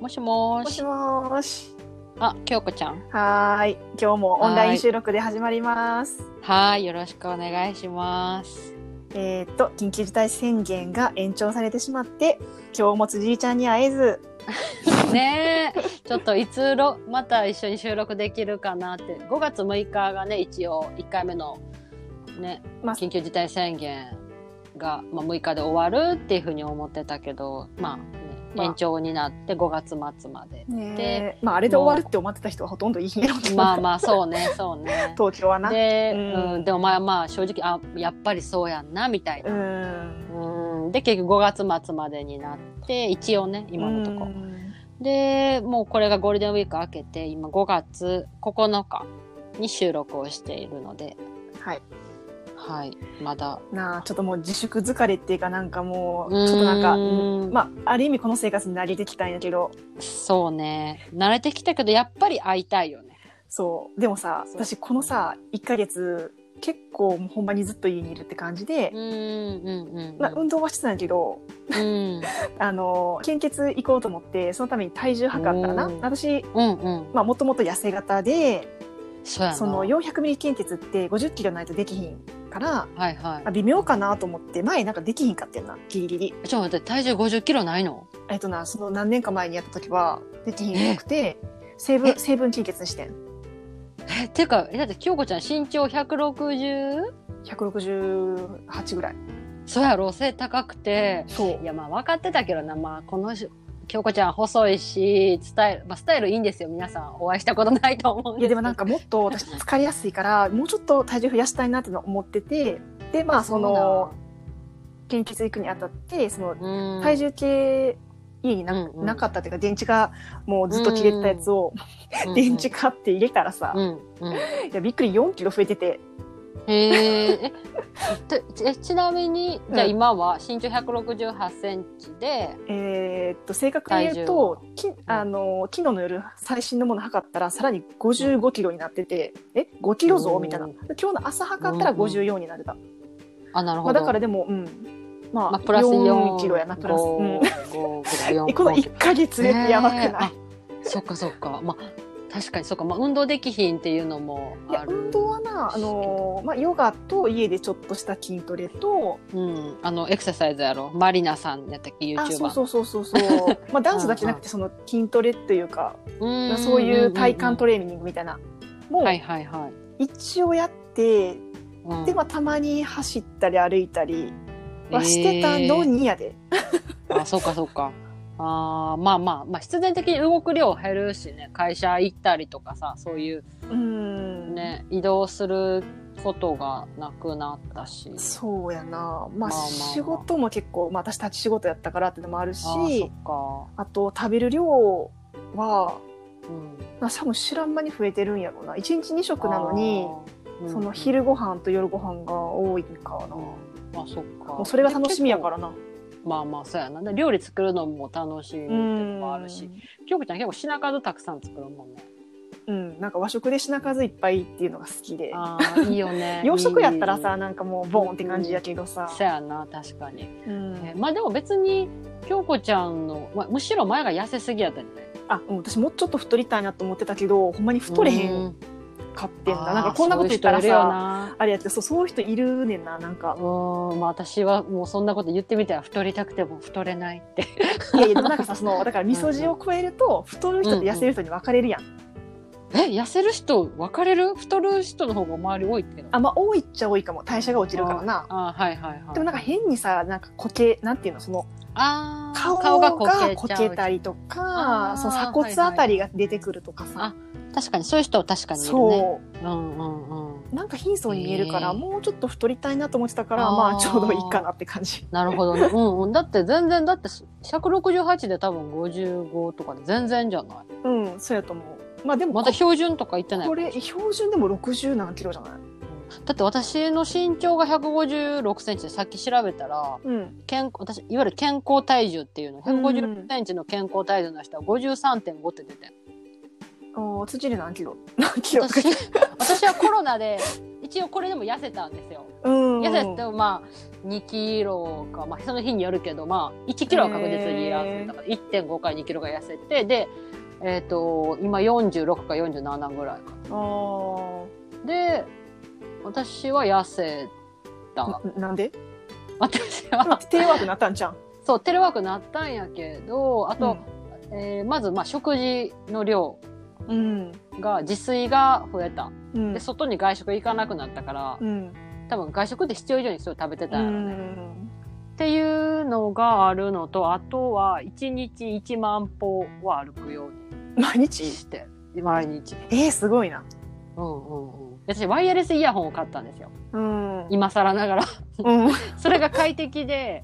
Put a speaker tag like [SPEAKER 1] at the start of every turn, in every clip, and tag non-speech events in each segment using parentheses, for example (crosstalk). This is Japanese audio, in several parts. [SPEAKER 1] もしも
[SPEAKER 2] も
[SPEAKER 1] ーし
[SPEAKER 2] し。もーし。
[SPEAKER 1] あ、京子ちゃん。
[SPEAKER 2] はーい。今日もオンラ
[SPEAKER 1] は
[SPEAKER 2] イ
[SPEAKER 1] ーい
[SPEAKER 2] ン収録で始まります。
[SPEAKER 1] はーい、よろしくお願いします。
[SPEAKER 2] えーっと、緊急事態宣言が延長されてしまって、今日も辻井ちゃんに会えず、
[SPEAKER 1] ねえ、 (laughs) ちょっといつろ、また一緒に収録できるかなって、5月6日がね、一応1回目の。ね、
[SPEAKER 2] まあ
[SPEAKER 1] 緊急事態宣言が、まあ、6日で終わるっていうふうに思ってたけど、まあね、
[SPEAKER 2] まあ
[SPEAKER 1] 延長になって5月末ま
[SPEAKER 2] (laughs)
[SPEAKER 1] で。
[SPEAKER 2] ねーまあ、あれで終わるって思ってた人はほとんどいいね。
[SPEAKER 1] まあまあ、そうね、そうね。
[SPEAKER 2] 東京はな。
[SPEAKER 1] で、
[SPEAKER 2] うん
[SPEAKER 1] うん、でもまあまあ、正直、あ、やっぱりそうやんなみたいうな。
[SPEAKER 2] ん。
[SPEAKER 1] うんで結局5月末までになって一応ね今のとこ
[SPEAKER 2] うん
[SPEAKER 1] でもうこれがゴールデンウィーク明けて今5月9日に収録をしているので
[SPEAKER 2] はい。
[SPEAKER 1] はいまだ
[SPEAKER 2] なあ、ちょっともう自粛疲れっていうかなんかもう、
[SPEAKER 1] うーん
[SPEAKER 2] ちょっとなんか、うんまあ、ある意味この生活に慣れてきたんやけど、
[SPEAKER 1] そうね慣れてきたけどやっぱり会いたいよね
[SPEAKER 2] そう。でもさ、
[SPEAKER 1] そう
[SPEAKER 2] 私このさ、1ヶ月、結構もうほんまにずっと家にいるって感じで
[SPEAKER 1] う、んうんうん
[SPEAKER 2] まあ、運動はしてたんやけど、
[SPEAKER 1] うん
[SPEAKER 2] あの献血行こうと思ってそのために体重測ったらな
[SPEAKER 1] おー
[SPEAKER 2] 私
[SPEAKER 1] うんうん
[SPEAKER 2] まあもともと痩せ型で
[SPEAKER 1] そうやな
[SPEAKER 2] その400ミリ献血って50キロないとできひんから
[SPEAKER 1] はいは
[SPEAKER 2] あ微妙かなと思って前なんかできひんかってんなギリギリ
[SPEAKER 1] いちょっと待って体重5 0キロないの
[SPEAKER 2] えっとなその何年か前にやった時はできひんなくて成
[SPEAKER 1] え
[SPEAKER 2] 分成分献血にしてん
[SPEAKER 1] えっていうかえだって京子ちゃん身長 160?
[SPEAKER 2] 168ぐらい
[SPEAKER 1] そうやろ背高くて
[SPEAKER 2] そう
[SPEAKER 1] いやまあ分かってたけどな、まあ、このし京子ちゃん細いしスタイル、まあ、スタイルいいんですよ皆さんお会いしたことないと思うん
[SPEAKER 2] い
[SPEAKER 1] です
[SPEAKER 2] やでもなんかもっと私疲れやすいからもうちょっと体重増やしたいなっての思っててでまあその献血行くにあたってその
[SPEAKER 1] うん
[SPEAKER 2] 体重計家にな,、
[SPEAKER 1] うんうん
[SPEAKER 2] なかったっていうか電池がもうずっと切れてたやつを、
[SPEAKER 1] うん
[SPEAKER 2] (laughs) 電池買って入れたらさ、
[SPEAKER 1] うんうん
[SPEAKER 2] いやびっくり4キロ増えてて
[SPEAKER 1] へええとえちなみにじゃあ
[SPEAKER 2] うん
[SPEAKER 1] 今は身長1 6 8センチで、
[SPEAKER 2] えーっと正確に言うときあの昨日の夜最新のもの測ったらさらに55キロになっててえ5キロ増みたいな
[SPEAKER 1] うん
[SPEAKER 2] 今日の朝測ったら54になってた、
[SPEAKER 1] あなる
[SPEAKER 2] ま
[SPEAKER 1] ほ
[SPEAKER 2] あ、
[SPEAKER 1] ど、
[SPEAKER 2] だからでもうんまあ、
[SPEAKER 1] まあ、プラス4
[SPEAKER 2] 4キロやなプラス、う
[SPEAKER 1] 5
[SPEAKER 2] ん、
[SPEAKER 1] ぐらい4
[SPEAKER 2] (laughs) えこの1か月でやばくない、
[SPEAKER 1] ねえあそっかそっかまあ確かにそっか、まあ、運動できひんっていうのも
[SPEAKER 2] いや
[SPEAKER 1] ある
[SPEAKER 2] 運動はなあの、まあ、ヨガと家でちょっとした筋トレと
[SPEAKER 1] うん、あのエクササイズやろマリナさんやったっけ YouTuber
[SPEAKER 2] あそうそうそうそうそう
[SPEAKER 1] (laughs)
[SPEAKER 2] まあダンスだけじゃなくてその筋トレっていうか、
[SPEAKER 1] うん
[SPEAKER 2] そういう体幹ト
[SPEAKER 1] レ
[SPEAKER 2] レーニングみたいなもう
[SPEAKER 1] はいはいはい、
[SPEAKER 2] 一応やって、
[SPEAKER 1] うん
[SPEAKER 2] でまあたまに走ったり歩いたりはしてたの、にやで、
[SPEAKER 1] えーあそうかそうかあーまあまあまあ必然的に動く量減るしね会社行ったりとかさそういう
[SPEAKER 2] うん
[SPEAKER 1] ね移動することがなくなったし
[SPEAKER 2] そうやな
[SPEAKER 1] まあま
[SPEAKER 2] ま
[SPEAKER 1] あ
[SPEAKER 2] あ仕事も結構、まあ、私立ち仕事やったからってのもあるし
[SPEAKER 1] あーそっか
[SPEAKER 2] あと食べる量は、
[SPEAKER 1] うん
[SPEAKER 2] まあ、多分知らん間に増えてるんやろうな1日2食なのに
[SPEAKER 1] あー
[SPEAKER 2] そ
[SPEAKER 1] うん
[SPEAKER 2] の昼ご飯と夜ご飯が多いかな、も
[SPEAKER 1] あそっか
[SPEAKER 2] うそれが楽しみやかららな
[SPEAKER 1] まあまあそうやなで料理作るのも楽しみってのもあるし京子ちゃん結構品数たくさん作るもんね
[SPEAKER 2] うん、なんか和食で品数いっぱいっていうのが好きで
[SPEAKER 1] ああいいよね
[SPEAKER 2] (laughs) 洋食やったらさなんかもうボーンって感じやけどさ
[SPEAKER 1] そ、やな確かに、
[SPEAKER 2] うん
[SPEAKER 1] えまあでも別に京子ちゃんの、まあ、むしろ前が痩せすぎやったんじゃない
[SPEAKER 2] あうん私もうちょっと太りたいなと思ってたけどほんまに太れへん
[SPEAKER 1] っ
[SPEAKER 2] かってんななんかこんなこと言ったら
[SPEAKER 1] るよ
[SPEAKER 2] さ
[SPEAKER 1] な
[SPEAKER 2] あれやってそうそういう人いるねんななんか
[SPEAKER 1] (laughs) うーんまあ私はもうそんなこと言ってみたら太りたくても太れないって (laughs)
[SPEAKER 2] いやいやでもなんかさそのだからみそ汁を超えると太る人と痩せる人に分かれるやん、
[SPEAKER 1] え痩せる人分かれる太る人の方が周り多いけど
[SPEAKER 2] あんまあ多いっちゃ多いかも代謝が落ちるからな
[SPEAKER 1] あーはいはいはい
[SPEAKER 2] でもなんか変にさなんかこけなんていうのその
[SPEAKER 1] あー
[SPEAKER 2] 顔
[SPEAKER 1] 顔
[SPEAKER 2] が
[SPEAKER 1] が
[SPEAKER 2] こ
[SPEAKER 1] こ
[SPEAKER 2] け
[SPEAKER 1] けちゃう
[SPEAKER 2] たりと
[SPEAKER 1] あー
[SPEAKER 2] かその鎖骨あたりが出てくるとかさ、
[SPEAKER 1] はい確かにそういう人は確かにいるね
[SPEAKER 2] そう
[SPEAKER 1] うんうんうん
[SPEAKER 2] うなんか貧相に見えるから、
[SPEAKER 1] へー
[SPEAKER 2] もうちょっと太りたいなと思ってたから
[SPEAKER 1] あー
[SPEAKER 2] まあちょうどいいかなって感じ
[SPEAKER 1] なるほど
[SPEAKER 2] (laughs)
[SPEAKER 1] ね。うんうん。だって全然、だって168で多分55とかで全然じゃない。
[SPEAKER 2] うんそうやと思うまあでも
[SPEAKER 1] また
[SPEAKER 2] こ
[SPEAKER 1] 標準とか言ってない。
[SPEAKER 2] これ標準でも60何キロじゃない
[SPEAKER 1] だって私の身長が156センチでさっき調べたら、
[SPEAKER 2] うん
[SPEAKER 1] 健私、いわゆる健康体重っていうの、
[SPEAKER 2] う
[SPEAKER 1] 156
[SPEAKER 2] ん
[SPEAKER 1] センチの健康体重の人は53.5って出てん。
[SPEAKER 2] (laughs) おー辻で何キロ何キロとか
[SPEAKER 1] 私、私はコロナで一応これでも痩せたんですよ。
[SPEAKER 2] うん
[SPEAKER 1] 痩せてもまあ2キロか、まあ、その日によるけど、まあ、1キロは確実に痩せたから1.5から2キロが痩せてで、えっと今46か47ぐらいか
[SPEAKER 2] あー
[SPEAKER 1] な。で私は痩せ
[SPEAKER 2] (laughs)
[SPEAKER 1] た。
[SPEAKER 2] ななんで
[SPEAKER 1] 私
[SPEAKER 2] あ
[SPEAKER 1] は
[SPEAKER 2] テレワークなったんじゃん。
[SPEAKER 1] そうテレワークなったんやけどあと、えーまずまあ食事の量
[SPEAKER 2] うん。
[SPEAKER 1] が自炊が増えた。
[SPEAKER 2] うん。
[SPEAKER 1] で外に外食行かなくなったから、
[SPEAKER 2] うん。
[SPEAKER 1] 多分外食って必要以上にそれ食べてたんやろね、
[SPEAKER 2] うん
[SPEAKER 1] っていうのがあるのとあとは1日1万歩は歩くよう
[SPEAKER 2] 毎
[SPEAKER 1] に
[SPEAKER 2] 日
[SPEAKER 1] して毎日、
[SPEAKER 2] えー、すごいな。
[SPEAKER 1] うんうんうん、私ワイヤレスイヤホンを買ったんですよ
[SPEAKER 2] うん。
[SPEAKER 1] 今更ながら (laughs)
[SPEAKER 2] うん。
[SPEAKER 1] それが快適で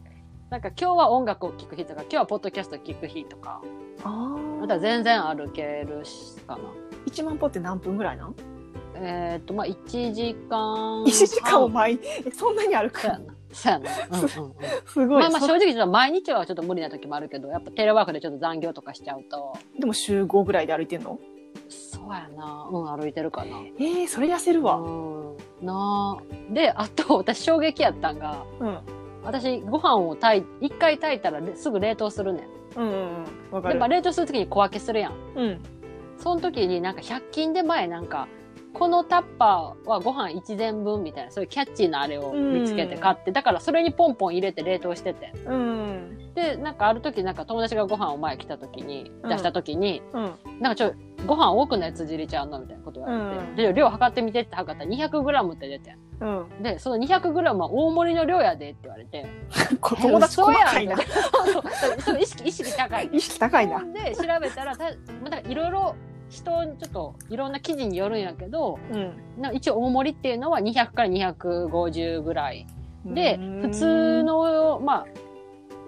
[SPEAKER 1] なんか今日は音楽を聴く日とか今日はポッドキャストを聴く日とか
[SPEAKER 2] あ
[SPEAKER 1] ま
[SPEAKER 2] あ。
[SPEAKER 1] た全然歩けるしかな
[SPEAKER 2] 一万歩って何分ぐらいなん？
[SPEAKER 1] えっ、とまあ1時間
[SPEAKER 2] 一時間を
[SPEAKER 1] 前
[SPEAKER 2] 毎えそんなに歩く
[SPEAKER 1] そうや。なそうやな、うんうんうん
[SPEAKER 2] (laughs) すごい。
[SPEAKER 1] まあまあ
[SPEAKER 2] そ
[SPEAKER 1] 正直ちょっと毎日はちょっと無理な時もあるけどやっぱテレワークでちょっと残業とかしちゃうと
[SPEAKER 2] でも週5ぐらいで歩いてんの？
[SPEAKER 1] そうやなうん歩いてるかな
[SPEAKER 2] えー、それ痩せるわ。
[SPEAKER 1] うんなあであと (laughs) 私衝撃やったんが
[SPEAKER 2] うん。
[SPEAKER 1] 私ご飯を炊い一回炊いたられすぐ冷凍するねん
[SPEAKER 2] うんうんうん。わか
[SPEAKER 1] やっ
[SPEAKER 2] る
[SPEAKER 1] ぱ。冷凍する時に小分けするやん
[SPEAKER 2] うん。
[SPEAKER 1] その時になんか100均で前なんかこのタッパーはご飯1膳分みたいなそういうキャッチーなあれを見つけて買って、だからそれにポンポン入れて冷凍してて
[SPEAKER 2] うん。
[SPEAKER 1] でなんかある時なんか友達がご飯を前来た時に
[SPEAKER 2] うん
[SPEAKER 1] 出した時に、
[SPEAKER 2] うん。
[SPEAKER 1] なんかちょご飯多くない辻りちゃうのみたいなこと言われて、
[SPEAKER 2] うん
[SPEAKER 1] で量測ってみてって測ったら 200g って出てん
[SPEAKER 2] うん。
[SPEAKER 1] で、その 200g は大盛りの量やでって言われて。
[SPEAKER 2] こ友達細 (laughs) かいな
[SPEAKER 1] え。嘘やんそうそう意識、意識高い。
[SPEAKER 2] 意識高いな。
[SPEAKER 1] で、調べたら、たまだいろいろ人にちょっといろんな記事によるんやけど、
[SPEAKER 2] うん。
[SPEAKER 1] な一応大盛りっていうのは200から250ぐらい。で、普通の、まあ、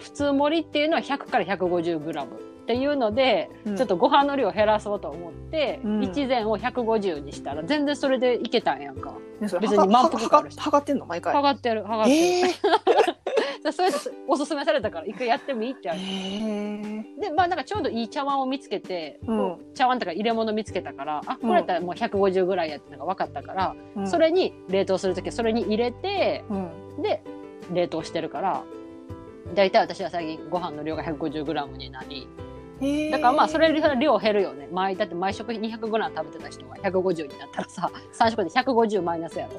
[SPEAKER 1] 普通盛りっていうのは100から 150g っていうので、
[SPEAKER 2] うん
[SPEAKER 1] ちょっとご飯の量を減らそうと思って、
[SPEAKER 2] うん
[SPEAKER 1] 一膳を150にしたら全然それでいけたんやんか。
[SPEAKER 2] ねそれ
[SPEAKER 1] 別に満腹
[SPEAKER 2] は
[SPEAKER 1] 感あ
[SPEAKER 2] か
[SPEAKER 1] るし
[SPEAKER 2] 測ってんの毎
[SPEAKER 1] は
[SPEAKER 2] 回。
[SPEAKER 1] がってる、はがってる。
[SPEAKER 2] えー
[SPEAKER 1] でそれでおすすめされたから一回やってもいいって言われて
[SPEAKER 2] え
[SPEAKER 1] でまあなんかちょうどいい茶碗を見つけて、
[SPEAKER 2] うん
[SPEAKER 1] 茶碗とか入れ物見つけたからあこれやったらもう150ぐらいやってのが分かったから、
[SPEAKER 2] ー。
[SPEAKER 1] (laughs) それに冷凍する時はそれに入れて
[SPEAKER 2] うん。
[SPEAKER 1] で冷凍してるから大体私は最近ご飯の量が 150g になり
[SPEAKER 2] えー
[SPEAKER 1] だからまあそれより量減るよね毎だって毎食 200g 食べてた人が150になったら
[SPEAKER 2] (laughs)
[SPEAKER 1] さ3食で150マイナスやろ。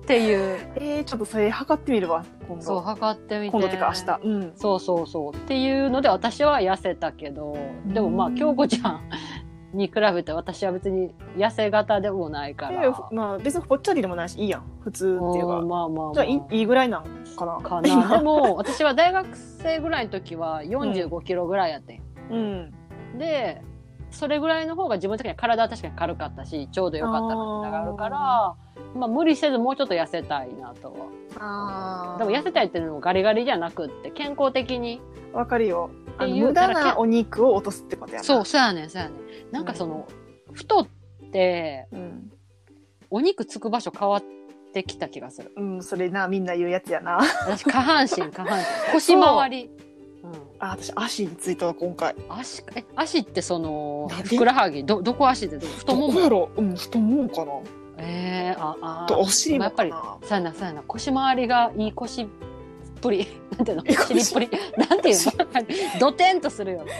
[SPEAKER 1] っていう
[SPEAKER 2] えー、ちょっとそれ測ってみるわ今
[SPEAKER 1] そう
[SPEAKER 2] 度
[SPEAKER 1] 測ってみて
[SPEAKER 2] 今度ってか明日うん
[SPEAKER 1] そうそうそうっていうので私は痩せたけどでもま
[SPEAKER 2] う
[SPEAKER 1] あ
[SPEAKER 2] ん
[SPEAKER 1] 京子ちゃんに比べて私は別に痩せ型でもないから、
[SPEAKER 2] えーまあ別にぽっちゃりでもないしいいやん普通っていう
[SPEAKER 1] う
[SPEAKER 2] か
[SPEAKER 1] んまあまあ、まあ、
[SPEAKER 2] じゃあいいいぐらいなんかな
[SPEAKER 1] か
[SPEAKER 2] 今
[SPEAKER 1] なでも私は大学生ぐらいの時は4 5キロぐらいやってん、
[SPEAKER 2] (laughs) うん
[SPEAKER 1] でそれぐらいの方が自分的には体は確かに軽かったしちょうど良かったなってのがあるからまあ、無理せずもうちょっと痩せたいなとは
[SPEAKER 2] あ
[SPEAKER 1] でも痩せたいっていうのもガリガリじゃなくって健康的に
[SPEAKER 2] わかるよあの
[SPEAKER 1] っていう
[SPEAKER 2] 無駄
[SPEAKER 1] だから
[SPEAKER 2] なお肉を落とすってことやな
[SPEAKER 1] そう、そうやねん、そうやねん。なんかその、太って、
[SPEAKER 2] うん、
[SPEAKER 1] お肉つく場所変わってきた気がする。
[SPEAKER 2] うん、それなみんな言うやつやな (laughs)
[SPEAKER 1] 私、下半身、下半身。 (laughs) 腰回り。うん
[SPEAKER 2] あ私足についたわ今回
[SPEAKER 1] 足、え、足ってその、
[SPEAKER 2] なんで
[SPEAKER 1] ふくらはぎ、ど、どこ足ってどこ太も
[SPEAKER 2] どこ
[SPEAKER 1] も
[SPEAKER 2] やろううん太ももかな
[SPEAKER 1] ええー、あ、あ
[SPEAKER 2] とお尻もか
[SPEAKER 1] やっ
[SPEAKER 2] な
[SPEAKER 1] そうやな、そうやな。腰回りがいい腰っぷり。 (laughs) なんていうの
[SPEAKER 2] いい
[SPEAKER 1] 尻っ
[SPEAKER 2] 腰
[SPEAKER 1] ぷり。 (laughs) なんていう
[SPEAKER 2] (laughs)
[SPEAKER 1] のドテンとするよね。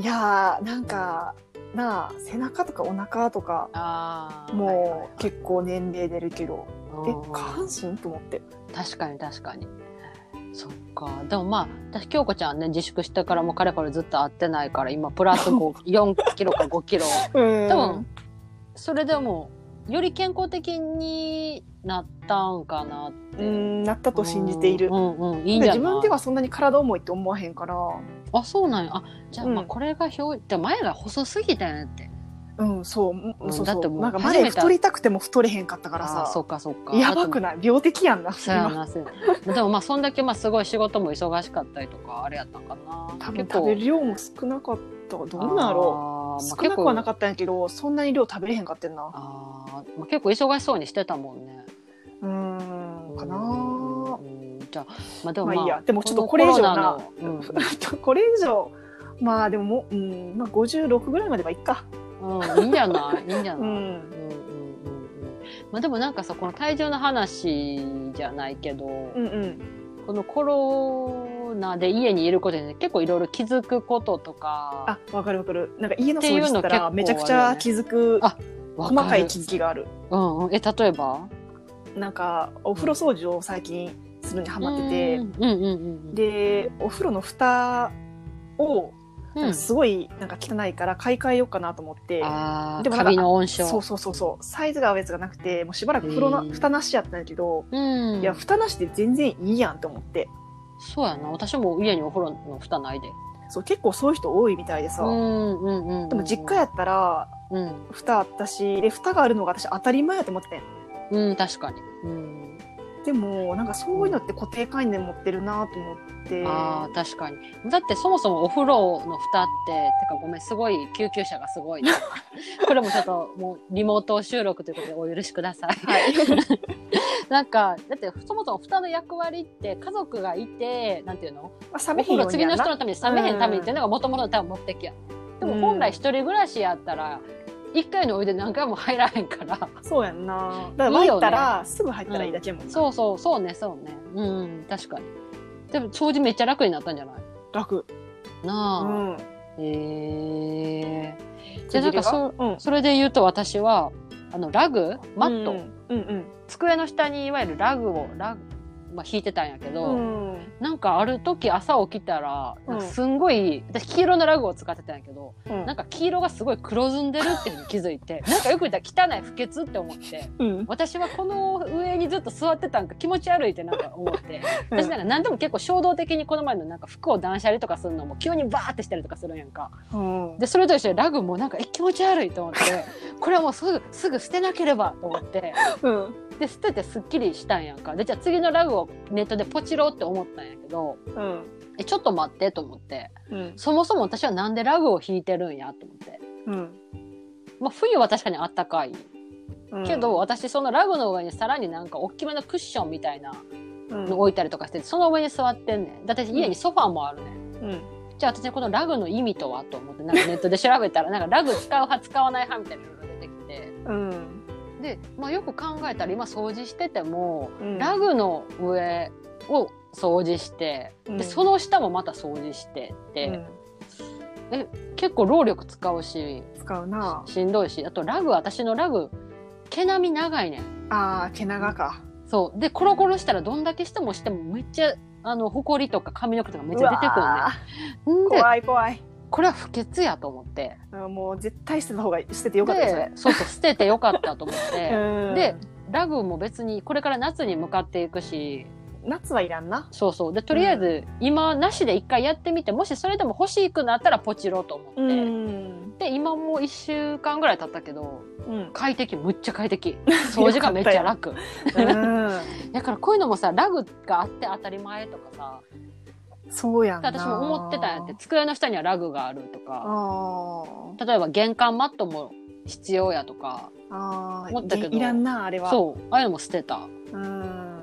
[SPEAKER 2] いやーなんかなあ背中とかお腹とか
[SPEAKER 1] ああ。
[SPEAKER 2] もう結構年齢出るけど
[SPEAKER 1] はいは
[SPEAKER 2] え
[SPEAKER 1] いうん
[SPEAKER 2] 下半身と思って
[SPEAKER 1] 確かに確かにそっかでもまあ私京子ちゃんね自粛してからもうかれこれずっと会ってないから今プラス5
[SPEAKER 2] (laughs)
[SPEAKER 1] 4キロか5キロ
[SPEAKER 2] うん
[SPEAKER 1] 多分それでもより健康的になったんかなって
[SPEAKER 2] うんなったと信じている
[SPEAKER 1] うんうんうんいいんじ
[SPEAKER 2] で
[SPEAKER 1] ゃない
[SPEAKER 2] 自分ではそんなに体重いって思わへんから
[SPEAKER 1] あそうなんやあじゃあ,、
[SPEAKER 2] うん
[SPEAKER 1] まあこれが表じゃあ前が細すぎたんやって
[SPEAKER 2] うんそうも
[SPEAKER 1] うん
[SPEAKER 2] そう
[SPEAKER 1] だ
[SPEAKER 2] そ
[SPEAKER 1] っても
[SPEAKER 2] う
[SPEAKER 1] う
[SPEAKER 2] なんか
[SPEAKER 1] 初
[SPEAKER 2] 前
[SPEAKER 1] めて
[SPEAKER 2] 太りたくても太れへんかったから
[SPEAKER 1] あーそ
[SPEAKER 2] さ
[SPEAKER 1] うかそうか
[SPEAKER 2] やばく
[SPEAKER 1] い
[SPEAKER 2] ない病的やんな
[SPEAKER 1] そうや
[SPEAKER 2] 今
[SPEAKER 1] なそうやなでもまあそんだけまあすごい仕事も忙しかったりとかあれやったんかな
[SPEAKER 2] 多分食べる量も少なかったどうなんやろ
[SPEAKER 1] ろ
[SPEAKER 2] う少なくはな
[SPEAKER 1] か
[SPEAKER 2] かったんやけどそんなに量食べれへんかってんな
[SPEAKER 1] あーまあ、結構忙しそうにしてたもんね。
[SPEAKER 2] うーんかな
[SPEAKER 1] うんうんじゃあ、まあ、でも、ま
[SPEAKER 2] ま
[SPEAKER 1] あ、
[SPEAKER 2] あいいやでもちょっとこれ以上な (laughs)
[SPEAKER 1] このコロナのうん
[SPEAKER 2] これ以上まあでももう、うんまあ、56ぐらいまではいっか
[SPEAKER 1] うん、いいんじゃないいいんじゃ
[SPEAKER 2] う
[SPEAKER 1] ない、
[SPEAKER 2] ん
[SPEAKER 1] うんうんうんうんまあ、でもなんかさこの体重の話じゃないけど、
[SPEAKER 2] うんうん
[SPEAKER 1] このコロナで家にいることで結構いろいろ気づくこととか
[SPEAKER 2] あわかるわかるなんか家の掃除したら
[SPEAKER 1] っていうの結構
[SPEAKER 2] めちゃくちゃ気づく
[SPEAKER 1] あわ
[SPEAKER 2] 細
[SPEAKER 1] かる
[SPEAKER 2] かい気づきがある
[SPEAKER 1] うんうん、え例えば
[SPEAKER 2] なんかお風呂掃除を最近するにハマってて
[SPEAKER 1] うんうんうんうん
[SPEAKER 2] でお風呂の蓋を
[SPEAKER 1] うん、
[SPEAKER 2] すごいなんか汚いから買い替えようかなと思って、
[SPEAKER 1] あ
[SPEAKER 2] で
[SPEAKER 1] ー
[SPEAKER 2] もな
[SPEAKER 1] カ
[SPEAKER 2] ん
[SPEAKER 1] ビ
[SPEAKER 2] か
[SPEAKER 1] の温
[SPEAKER 2] そう
[SPEAKER 1] 床
[SPEAKER 2] そうそうそうサイズが合うやつがなくてもうしばらく風呂な、
[SPEAKER 1] へー
[SPEAKER 2] 蓋なしやったんやけど、
[SPEAKER 1] うん
[SPEAKER 2] いや蓋なしで全然いいやんと思って
[SPEAKER 1] そうやな私も家にお風呂の蓋ないで
[SPEAKER 2] そう結構そういう人多いみたいでさ、
[SPEAKER 1] うんうんうんうん
[SPEAKER 2] でも実家やったら
[SPEAKER 1] うん、
[SPEAKER 2] 蓋あったしで蓋があるのが私当たり前やと思ってたんや
[SPEAKER 1] うん、確かに、うん
[SPEAKER 2] でもなんかそういうのって固定観念持ってるなと思って
[SPEAKER 1] あー確かにだってそもそもお風呂の蓋っててかごめんすごい救急車がすごいね
[SPEAKER 2] (laughs)
[SPEAKER 1] これもちょっともうリモート収録ということでお許しください
[SPEAKER 2] はい
[SPEAKER 1] (laughs) なんかだってそもそも蓋の役割って家族がいてなんていうの
[SPEAKER 2] ま
[SPEAKER 1] お
[SPEAKER 2] あ冷めへ
[SPEAKER 1] 風
[SPEAKER 2] ん
[SPEAKER 1] 呂
[SPEAKER 2] ように
[SPEAKER 1] 次
[SPEAKER 2] や
[SPEAKER 1] の
[SPEAKER 2] な
[SPEAKER 1] 人のために冷めへんためにっていうのがもともとの多分目的やでも本来一人暮らしやったら一回のお湯で何回も入らへんから
[SPEAKER 2] そうやんなだから
[SPEAKER 1] いい
[SPEAKER 2] 沸
[SPEAKER 1] よね
[SPEAKER 2] いたらすぐ入ったらいいだけやもんな、
[SPEAKER 1] そうそうそうねそうねうん確かにでも掃除めっちゃ楽になったんじゃない
[SPEAKER 2] 楽う
[SPEAKER 1] なあ、
[SPEAKER 2] ん
[SPEAKER 1] へえじゃあなんかそ
[SPEAKER 2] うん
[SPEAKER 1] それで言うと私はあのラグマット、
[SPEAKER 2] うんうん
[SPEAKER 1] 机の下にいわゆるラグをラグ、まあ、引いてたんやけ
[SPEAKER 2] う
[SPEAKER 1] ど、
[SPEAKER 2] ん、うん
[SPEAKER 1] なんかある時朝起きたら
[SPEAKER 2] うん
[SPEAKER 1] すんごい、私黄色のラグを使ってたんやけど
[SPEAKER 2] うん
[SPEAKER 1] なんか黄色がすごい黒ずんでるっていうのに気づい
[SPEAKER 2] (laughs)
[SPEAKER 1] てなんかよく言ったら汚い不潔って思って
[SPEAKER 2] うん、
[SPEAKER 1] 私はこの上にずっと座ってたんか気持ち悪いってなんか思
[SPEAKER 2] (laughs)
[SPEAKER 1] って。
[SPEAKER 2] うん
[SPEAKER 1] 私なんか何でも結構衝動的にこの前のなんか服を断捨離とかするのも急にバーってしたりとかするやんか
[SPEAKER 2] うん
[SPEAKER 1] でそれと一緒にラグもなんかえ気持ち悪いと思ってこれはもうすぐすぐ捨てなければと思って
[SPEAKER 2] うん
[SPEAKER 1] で捨ててすっきりしたんやんかでじゃあ次のラグをネットでポチろうって思ったんやけど
[SPEAKER 2] うん
[SPEAKER 1] えちょっと待ってと思って
[SPEAKER 2] うん
[SPEAKER 1] そもそも私はなんでラグを引いてるんやと思って。
[SPEAKER 2] うん
[SPEAKER 1] まあ、冬は確かにあったかい
[SPEAKER 2] うん
[SPEAKER 1] けど、、私そのラグの上にさらになんか大きめのクッションみたいな
[SPEAKER 2] うん
[SPEAKER 1] の置いたりとかしてその上に座ってんねんだって家にソファーもあるねん
[SPEAKER 2] うん
[SPEAKER 1] じゃあ私このラグの意味とはと思ってなんかネットで調べたらなんかラグ使う派使わない派みたいなのが出てきて
[SPEAKER 2] うん
[SPEAKER 1] で、まあ、よく考えたら今掃除してても、
[SPEAKER 2] うん
[SPEAKER 1] ラグの上を掃除して
[SPEAKER 2] うん
[SPEAKER 1] でその下もまた掃除してって、結構労力使うし
[SPEAKER 2] うん使うな
[SPEAKER 1] しんどいしあとラグ私のラグ毛並み長いねん。
[SPEAKER 2] あー毛長か
[SPEAKER 1] そうでコロコロしたらどんだけしてもしてもめっちゃあのほこりとか髪の毛とかめっちゃ出てくるねん
[SPEAKER 2] うわー
[SPEAKER 1] で
[SPEAKER 2] 怖い怖い
[SPEAKER 1] これは不潔やと思って
[SPEAKER 2] うんもう絶対捨てた方がいい捨ててよかったです
[SPEAKER 1] で
[SPEAKER 2] ね
[SPEAKER 1] そうそう捨ててよかったと思って
[SPEAKER 2] うん
[SPEAKER 1] でラグも別にこれから夏に向かっていくし
[SPEAKER 2] 夏はいらんな
[SPEAKER 1] そうそうでとりあえず今なしで一回やってみてもしそれでも欲しくなったらポチろうと思って、
[SPEAKER 2] うん
[SPEAKER 1] で今もう1週間ぐらい経ったけど
[SPEAKER 2] うん
[SPEAKER 1] 快適むっちゃ快
[SPEAKER 2] (laughs)
[SPEAKER 1] 適掃除がめっちゃ楽
[SPEAKER 2] うん
[SPEAKER 1] だからこういうのもさラグがあって当たり前とかさ
[SPEAKER 2] そうやんな
[SPEAKER 1] 私も思ってたんやって机の下にはラグがあるとか
[SPEAKER 2] あー
[SPEAKER 1] 例えば玄関マットも必要やとか
[SPEAKER 2] あー
[SPEAKER 1] 思ったけど
[SPEAKER 2] いいらんなあれは
[SPEAKER 1] そうああいうのも捨てたっ
[SPEAKER 2] うん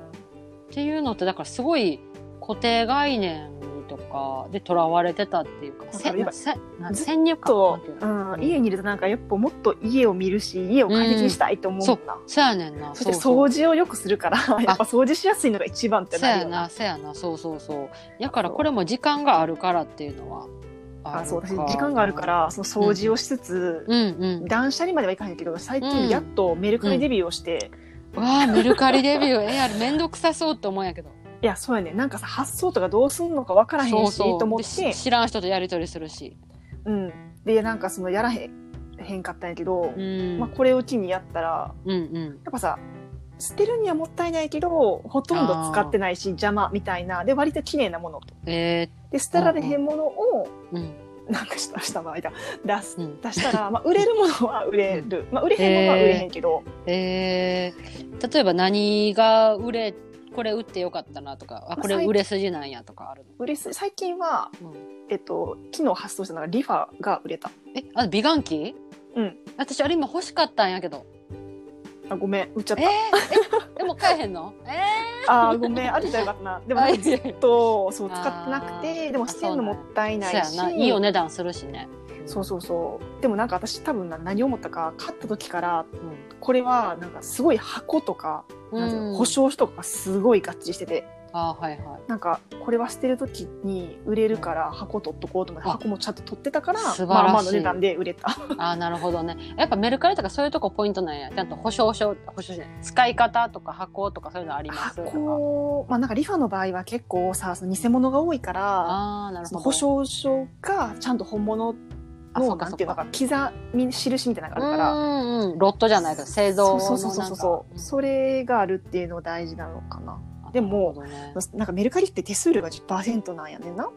[SPEAKER 1] ていうのってだからすごい固定概念とかでとらわれてたっていうかせ
[SPEAKER 2] わかる
[SPEAKER 1] せな
[SPEAKER 2] ずっと
[SPEAKER 1] 先入観な
[SPEAKER 2] と
[SPEAKER 1] んていうの
[SPEAKER 2] うん家にいるとなんかやっぱもっと家を見るし家を快適にしたいと思うもんな
[SPEAKER 1] そうやねんな
[SPEAKER 2] そして
[SPEAKER 1] そう
[SPEAKER 2] 掃除をよくするからやっぱ掃除しやすいのが一番って
[SPEAKER 1] そう
[SPEAKER 2] な
[SPEAKER 1] や
[SPEAKER 2] るよな
[SPEAKER 1] なそうやなそうそうそうやからこれも時間があるからっていうのはあ
[SPEAKER 2] あ
[SPEAKER 1] る
[SPEAKER 2] そう私時間があるからその掃除をしつつ、
[SPEAKER 1] うんうん
[SPEAKER 2] 断捨離まではいかへんけど最
[SPEAKER 1] うん
[SPEAKER 2] 近やっとメルカリデビューをして、
[SPEAKER 1] うわあメルカリデビューえあれめんどくさそうって思うんやけど
[SPEAKER 2] いやそうやねなんかさ発想とかどうすんのかわからへんし
[SPEAKER 1] そうそう
[SPEAKER 2] と思って
[SPEAKER 1] でし知らん人とやり取りするし、
[SPEAKER 2] うん、でなんかそのやらへんへんかったんやけど、
[SPEAKER 1] うん
[SPEAKER 2] まあ、これを機にやったら
[SPEAKER 1] うんうん
[SPEAKER 2] やっぱさ捨てるにはもったいないけどほとんど使ってないし邪魔みたいなで割と綺麗なもの
[SPEAKER 1] え
[SPEAKER 2] で捨てられへんものを、
[SPEAKER 1] ーうん
[SPEAKER 2] なんかしたした場合だ出す
[SPEAKER 1] うん
[SPEAKER 2] 出したら、まあ、売れるものは売れる、まあ、売れへんものは売れへんけど、
[SPEAKER 1] えー例えば何が売れこれ売ってよかったなとかあこれ売れ筋なんやとかある
[SPEAKER 2] 売れす最近は、
[SPEAKER 1] の、うん
[SPEAKER 2] えっと、昨日発送したのがリファが売れた
[SPEAKER 1] えあ美顔器
[SPEAKER 2] うん
[SPEAKER 1] 私あれ今欲しかったんやけど
[SPEAKER 2] あごめん売っちゃっ
[SPEAKER 1] え
[SPEAKER 2] た、
[SPEAKER 1] ー、えでも買えへんのえ
[SPEAKER 2] あーごめんあるじゃよかったなでもなんかずっとそう使ってなく
[SPEAKER 1] あー
[SPEAKER 2] てでも捨てるのもったい
[SPEAKER 1] ー、
[SPEAKER 2] な
[SPEAKER 1] そう
[SPEAKER 2] い
[SPEAKER 1] や
[SPEAKER 2] し
[SPEAKER 1] ないいお値段するしね、
[SPEAKER 2] そうそうそうでもなんか私多分な何思ったか買った時からこれはなんかすごい箱とかなんていうの保証書とかがすごい合致してて
[SPEAKER 1] あーはいはい
[SPEAKER 2] なんかこれは捨てる時に売れるから箱取っとこうと思って
[SPEAKER 1] あ
[SPEAKER 2] 箱もちゃんと取ってたから
[SPEAKER 1] 素晴らしい
[SPEAKER 2] まあまあの値段で売れた
[SPEAKER 1] あーなるほどねやっぱメルカリとかそういうとこポイントなんやちゃんと保証書保証書じゃない使い方とか箱とかそういうのありますとか
[SPEAKER 2] 箱まあなんかリファの場合は結構さその偽物が多いから
[SPEAKER 1] ああなるほ
[SPEAKER 2] そ
[SPEAKER 1] ど
[SPEAKER 2] の保証書がちゃんと本物
[SPEAKER 1] あそう
[SPEAKER 2] の
[SPEAKER 1] か
[SPEAKER 2] な
[SPEAKER 1] そ
[SPEAKER 2] ん
[SPEAKER 1] う
[SPEAKER 2] ていうの
[SPEAKER 1] か
[SPEAKER 2] か刻み印みたいなのがあるから
[SPEAKER 1] うんうんロットじゃないけど製造の
[SPEAKER 2] そうそうそうそうそううんそれがあるっていうの大事なのかな
[SPEAKER 1] なんか
[SPEAKER 2] でも
[SPEAKER 1] なるほどね
[SPEAKER 2] なんかメルカリって手数料が10%なんやねんな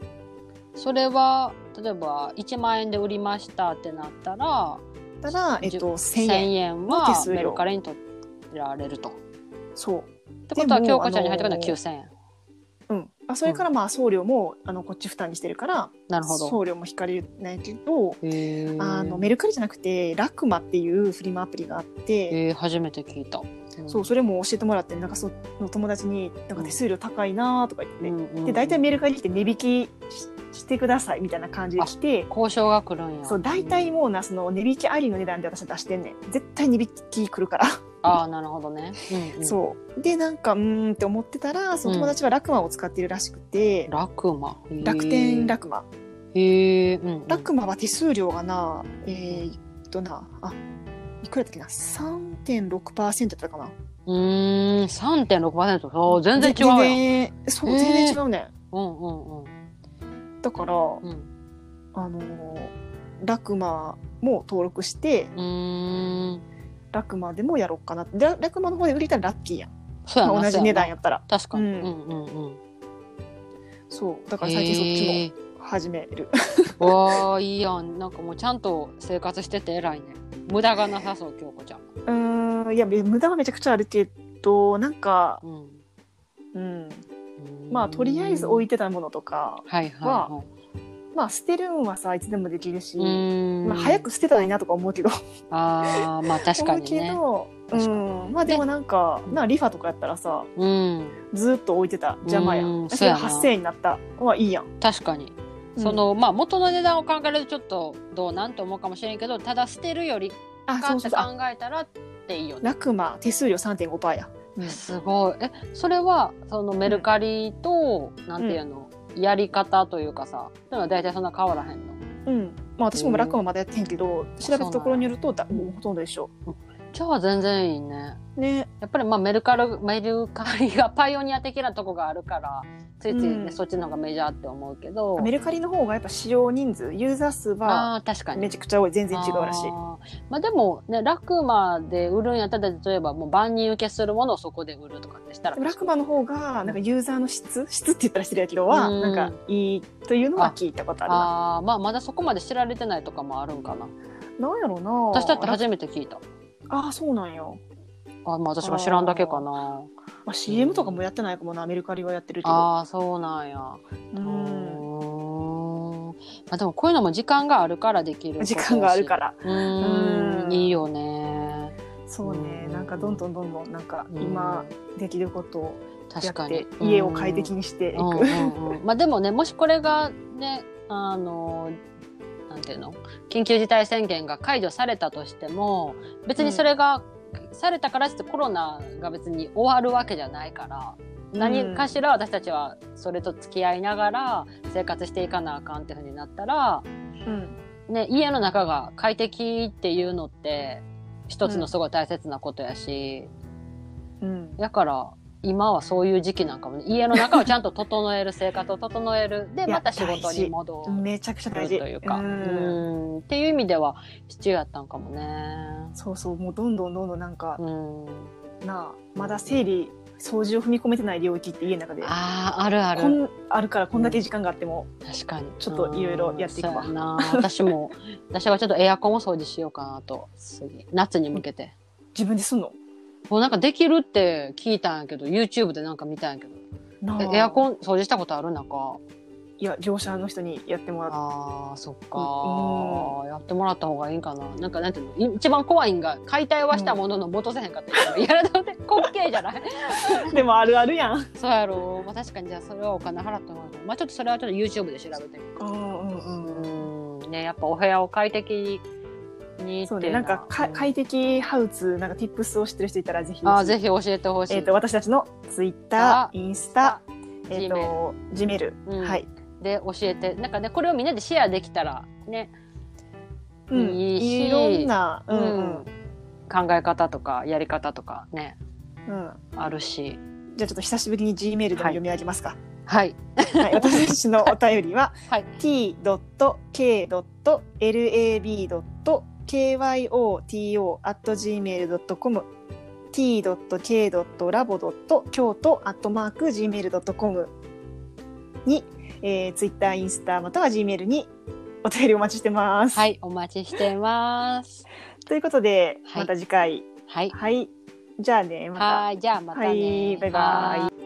[SPEAKER 1] それは例えば1万円で売りましたってなったら
[SPEAKER 2] たら、えっと、
[SPEAKER 1] 1000
[SPEAKER 2] 1000円
[SPEAKER 1] 円
[SPEAKER 2] 手
[SPEAKER 1] は
[SPEAKER 2] 数料
[SPEAKER 1] メルカリに取られると。っ
[SPEAKER 2] そ
[SPEAKER 1] てことは
[SPEAKER 2] で
[SPEAKER 1] 京
[SPEAKER 2] も
[SPEAKER 1] 子ちゃんに入ってくるのは
[SPEAKER 2] あの
[SPEAKER 1] 9000円。
[SPEAKER 2] う、うん、あそれからまあ送料もあのこっち負担にしてるから
[SPEAKER 1] なるほど。
[SPEAKER 2] 送料も引かれないけど
[SPEAKER 1] へー
[SPEAKER 2] あのメルカリじゃなくてラクマっていうフリマアプリがあって
[SPEAKER 1] えー、初めて聞いた。
[SPEAKER 2] そうそれも教えてもらってなんかその友達になんか手数料高いなとか言って、
[SPEAKER 1] んん
[SPEAKER 2] で大体メルカリって値引きししてくださいみたいな感じで来て。
[SPEAKER 1] 交渉が来るんや。
[SPEAKER 2] そう大体もうなその値引きありの値段で私は出してんねん絶対値引き来るから、
[SPEAKER 1] ああなるほどね。うんうん、
[SPEAKER 2] そうでなんかうーんって思ってたらその友達はラクマを使ってるらしくて、
[SPEAKER 1] 楽馬。へー
[SPEAKER 2] 楽天ラ。クマ
[SPEAKER 1] へえ。うんうん、
[SPEAKER 2] ラクマは手数料がなえー、っとなあいくらだっけな3.6%だったかな
[SPEAKER 1] うーん3.6%。そう全然違うやん。
[SPEAKER 2] 全然そう
[SPEAKER 1] へー
[SPEAKER 2] 全然違うね、
[SPEAKER 1] うんうんうん
[SPEAKER 2] だから
[SPEAKER 1] うん。
[SPEAKER 2] あのーラクマも登録して
[SPEAKER 1] うーん。
[SPEAKER 2] ラクマでもやろうかなってララクマの方で売れたらラッキーやん、
[SPEAKER 1] そうやな。
[SPEAKER 2] まあ同じ値段
[SPEAKER 1] や
[SPEAKER 2] やったら
[SPEAKER 1] な。確かに。う
[SPEAKER 2] うんん
[SPEAKER 1] うんうん。
[SPEAKER 2] そうだから最近そっちも
[SPEAKER 1] へー
[SPEAKER 2] 始める。 (laughs)
[SPEAKER 1] わあいいやんなんかもうちゃんと生活してて偉いね無駄がなさそう京子ちゃん、
[SPEAKER 2] うーん、いや、め無駄はめちゃくちゃあるけど、なんか、
[SPEAKER 1] うん、
[SPEAKER 2] うん、まあ、とりあえず置い
[SPEAKER 1] て
[SPEAKER 2] てたものとか、
[SPEAKER 1] はいはいはい
[SPEAKER 2] まあ、捨てるんはさ、いつでもできるし、
[SPEAKER 1] うーん
[SPEAKER 2] まあ、早く捨てたらいいなとか思うけど、
[SPEAKER 1] あーまあ確かにね
[SPEAKER 2] 思うけ
[SPEAKER 1] 確か
[SPEAKER 2] ど、
[SPEAKER 1] に
[SPEAKER 2] うん、まあ、でもなんか、なリファとかやったらさ、
[SPEAKER 1] うん
[SPEAKER 2] ずーっと置いてた、邪魔や
[SPEAKER 1] うーん
[SPEAKER 2] ん。そ
[SPEAKER 1] そう
[SPEAKER 2] れ
[SPEAKER 1] や
[SPEAKER 2] が
[SPEAKER 1] な
[SPEAKER 2] 8000円になったのはいいやん。
[SPEAKER 1] 確かに
[SPEAKER 2] うん
[SPEAKER 1] そ、の、まあ元の値段を考えるとちょっとどうなんと思うかもしれんけどただ捨てるより
[SPEAKER 2] あ、
[SPEAKER 1] か
[SPEAKER 2] そ
[SPEAKER 1] っ
[SPEAKER 2] うそ
[SPEAKER 1] て
[SPEAKER 2] うそう。あ
[SPEAKER 1] 考えたらっていいよね
[SPEAKER 2] ラクマ、手数料3.5%や。うん
[SPEAKER 1] すごいえそれはそのメルカリと、なんていうの、やり方というかさそういうのは大体そんな変わらへんの
[SPEAKER 2] うん。まあ、私もラクマまだやってんけど、調べたところによると、だもうほとんど一緒。
[SPEAKER 1] じゃあ全然いいね
[SPEAKER 2] ね。
[SPEAKER 1] やっぱりまあメルカルメルカリがパイオニア的なとこがあるからついつい、ね
[SPEAKER 2] うん
[SPEAKER 1] そっちの方がメジャーって思うけど
[SPEAKER 2] メルカリの方がやっぱ使用人数、ユーザー数は、
[SPEAKER 1] あー確かに
[SPEAKER 2] めちゃくちゃ多い全然違うらしい
[SPEAKER 1] あーまあでもねラクマで売るんやったら例えばもう万人受けするものをそこで売るとかってしたら
[SPEAKER 2] でもラクマの方がなんかユーザーの質質って言ったら失礼だけどは
[SPEAKER 1] うん
[SPEAKER 2] なんかいいというのは聞いたことあるな
[SPEAKER 1] あーまあまだそこまで知られてないとかもあるんかな
[SPEAKER 2] なんやろうな
[SPEAKER 1] 私だって初めて聞いた
[SPEAKER 2] ああそうなんよ、
[SPEAKER 1] あまあ私が知らんだけかな
[SPEAKER 2] まあ、CM とかもやってないかもなアメリカリはやってるけど
[SPEAKER 1] ああーそうなんや
[SPEAKER 2] う
[SPEAKER 1] うんーんまあでもこういうのも時間があるからできる
[SPEAKER 2] 時間があるからら
[SPEAKER 1] うー
[SPEAKER 2] うんん
[SPEAKER 1] いいよね
[SPEAKER 2] そうねなんかどんどんどんどんなんか今できることをや
[SPEAKER 1] 確か
[SPEAKER 2] っ
[SPEAKER 1] に
[SPEAKER 2] て家を快適
[SPEAKER 1] に
[SPEAKER 2] にしていく、 (laughs)
[SPEAKER 1] まあでもねもしこれがねあのなんていうの緊急事態宣言が解除されたとしても別にそれが、されたからしてコロナが別に終わるわけじゃないから何かしら私たちはそれと付き合いながら生活していかなあかんっていうふうになったら、
[SPEAKER 2] うん
[SPEAKER 1] ね、家の中が快適っていうのって一つのすごい大切なことやし、
[SPEAKER 2] うん
[SPEAKER 1] だから今はそういう時期なんかもね家の中をちゃんと整える生活を整えるで
[SPEAKER 2] いや
[SPEAKER 1] また仕事に戻
[SPEAKER 2] めちゃくちゃ
[SPEAKER 1] る
[SPEAKER 2] 大
[SPEAKER 1] と
[SPEAKER 2] 事
[SPEAKER 1] いうかう
[SPEAKER 2] うん
[SPEAKER 1] んっていう意味では必要やったんかもね。
[SPEAKER 2] そうそうもうどんどんどんどんなんか
[SPEAKER 1] うん、
[SPEAKER 2] なあまだ整理掃除を踏み込めてない領域って家の中で
[SPEAKER 1] あーあるあ
[SPEAKER 2] こ
[SPEAKER 1] る
[SPEAKER 2] んあるからこんだけ時間があっても、
[SPEAKER 1] 確かに
[SPEAKER 2] ちょっといろいろやっていく
[SPEAKER 1] う
[SPEAKER 2] わ
[SPEAKER 1] んそうやな私も私はちょっとエアコンを掃除しようかなと次夏に向けて
[SPEAKER 2] 自分ですんの
[SPEAKER 1] もうなんかできるって聞いたんやけど YouTube でなんか見たんやけど
[SPEAKER 2] なあ
[SPEAKER 1] えエアコン掃除したことあるなんか
[SPEAKER 2] いや業者の人にやってもらっ
[SPEAKER 1] あーそっ
[SPEAKER 2] う
[SPEAKER 1] か、やってもらった方がいいんかななんかなんていうのい一番怖いんが解体はしたものの戻せへんかったから、
[SPEAKER 2] (laughs)
[SPEAKER 1] やられたって滑稽じゃない
[SPEAKER 2] てでもあるあるやん
[SPEAKER 1] そうやろう、まあ、確かにじゃあそれはお金払った方がいいまあちょっとそれはちょっと YouTube で調べてみる
[SPEAKER 2] うんうん
[SPEAKER 1] うんね、やっぱお部屋を快適にって
[SPEAKER 2] そう
[SPEAKER 1] い
[SPEAKER 2] ね、
[SPEAKER 1] うの
[SPEAKER 2] な
[SPEAKER 1] は
[SPEAKER 2] んかか快適ハウス、なんか tips を知ってる人いたらぜひ。
[SPEAKER 1] あーぜひ教えてほしい。
[SPEAKER 2] えっ、と、私たちのツイッター、インスタ、えっ、と、ジメル、
[SPEAKER 1] うん
[SPEAKER 2] はい。
[SPEAKER 1] で教えてなんかねこれをみんなでシェアできたらね、
[SPEAKER 2] うん
[SPEAKER 1] いいし
[SPEAKER 2] いろんな、うんうん、
[SPEAKER 1] 考え方とかやり方とかね
[SPEAKER 2] うん。
[SPEAKER 1] あるし
[SPEAKER 2] じゃあちょっと久しぶりに G メールでも
[SPEAKER 1] はい
[SPEAKER 2] 読み上げますか。
[SPEAKER 1] はい
[SPEAKER 2] はい、私たちのお便りは、
[SPEAKER 1] はい
[SPEAKER 2] t.k.lab.kyoto.gmail.com t.k.labo.kyoto.gmail.com に、えー、Twitter、インスタまたは Gmail にお便りお待ちしてます。
[SPEAKER 1] はいお待ちしてます。
[SPEAKER 2] ということで、
[SPEAKER 1] はい
[SPEAKER 2] また次回。
[SPEAKER 1] はい
[SPEAKER 2] はい。じゃあね、また。
[SPEAKER 1] はいじゃあまたね。
[SPEAKER 2] はいバイバイ
[SPEAKER 1] はーい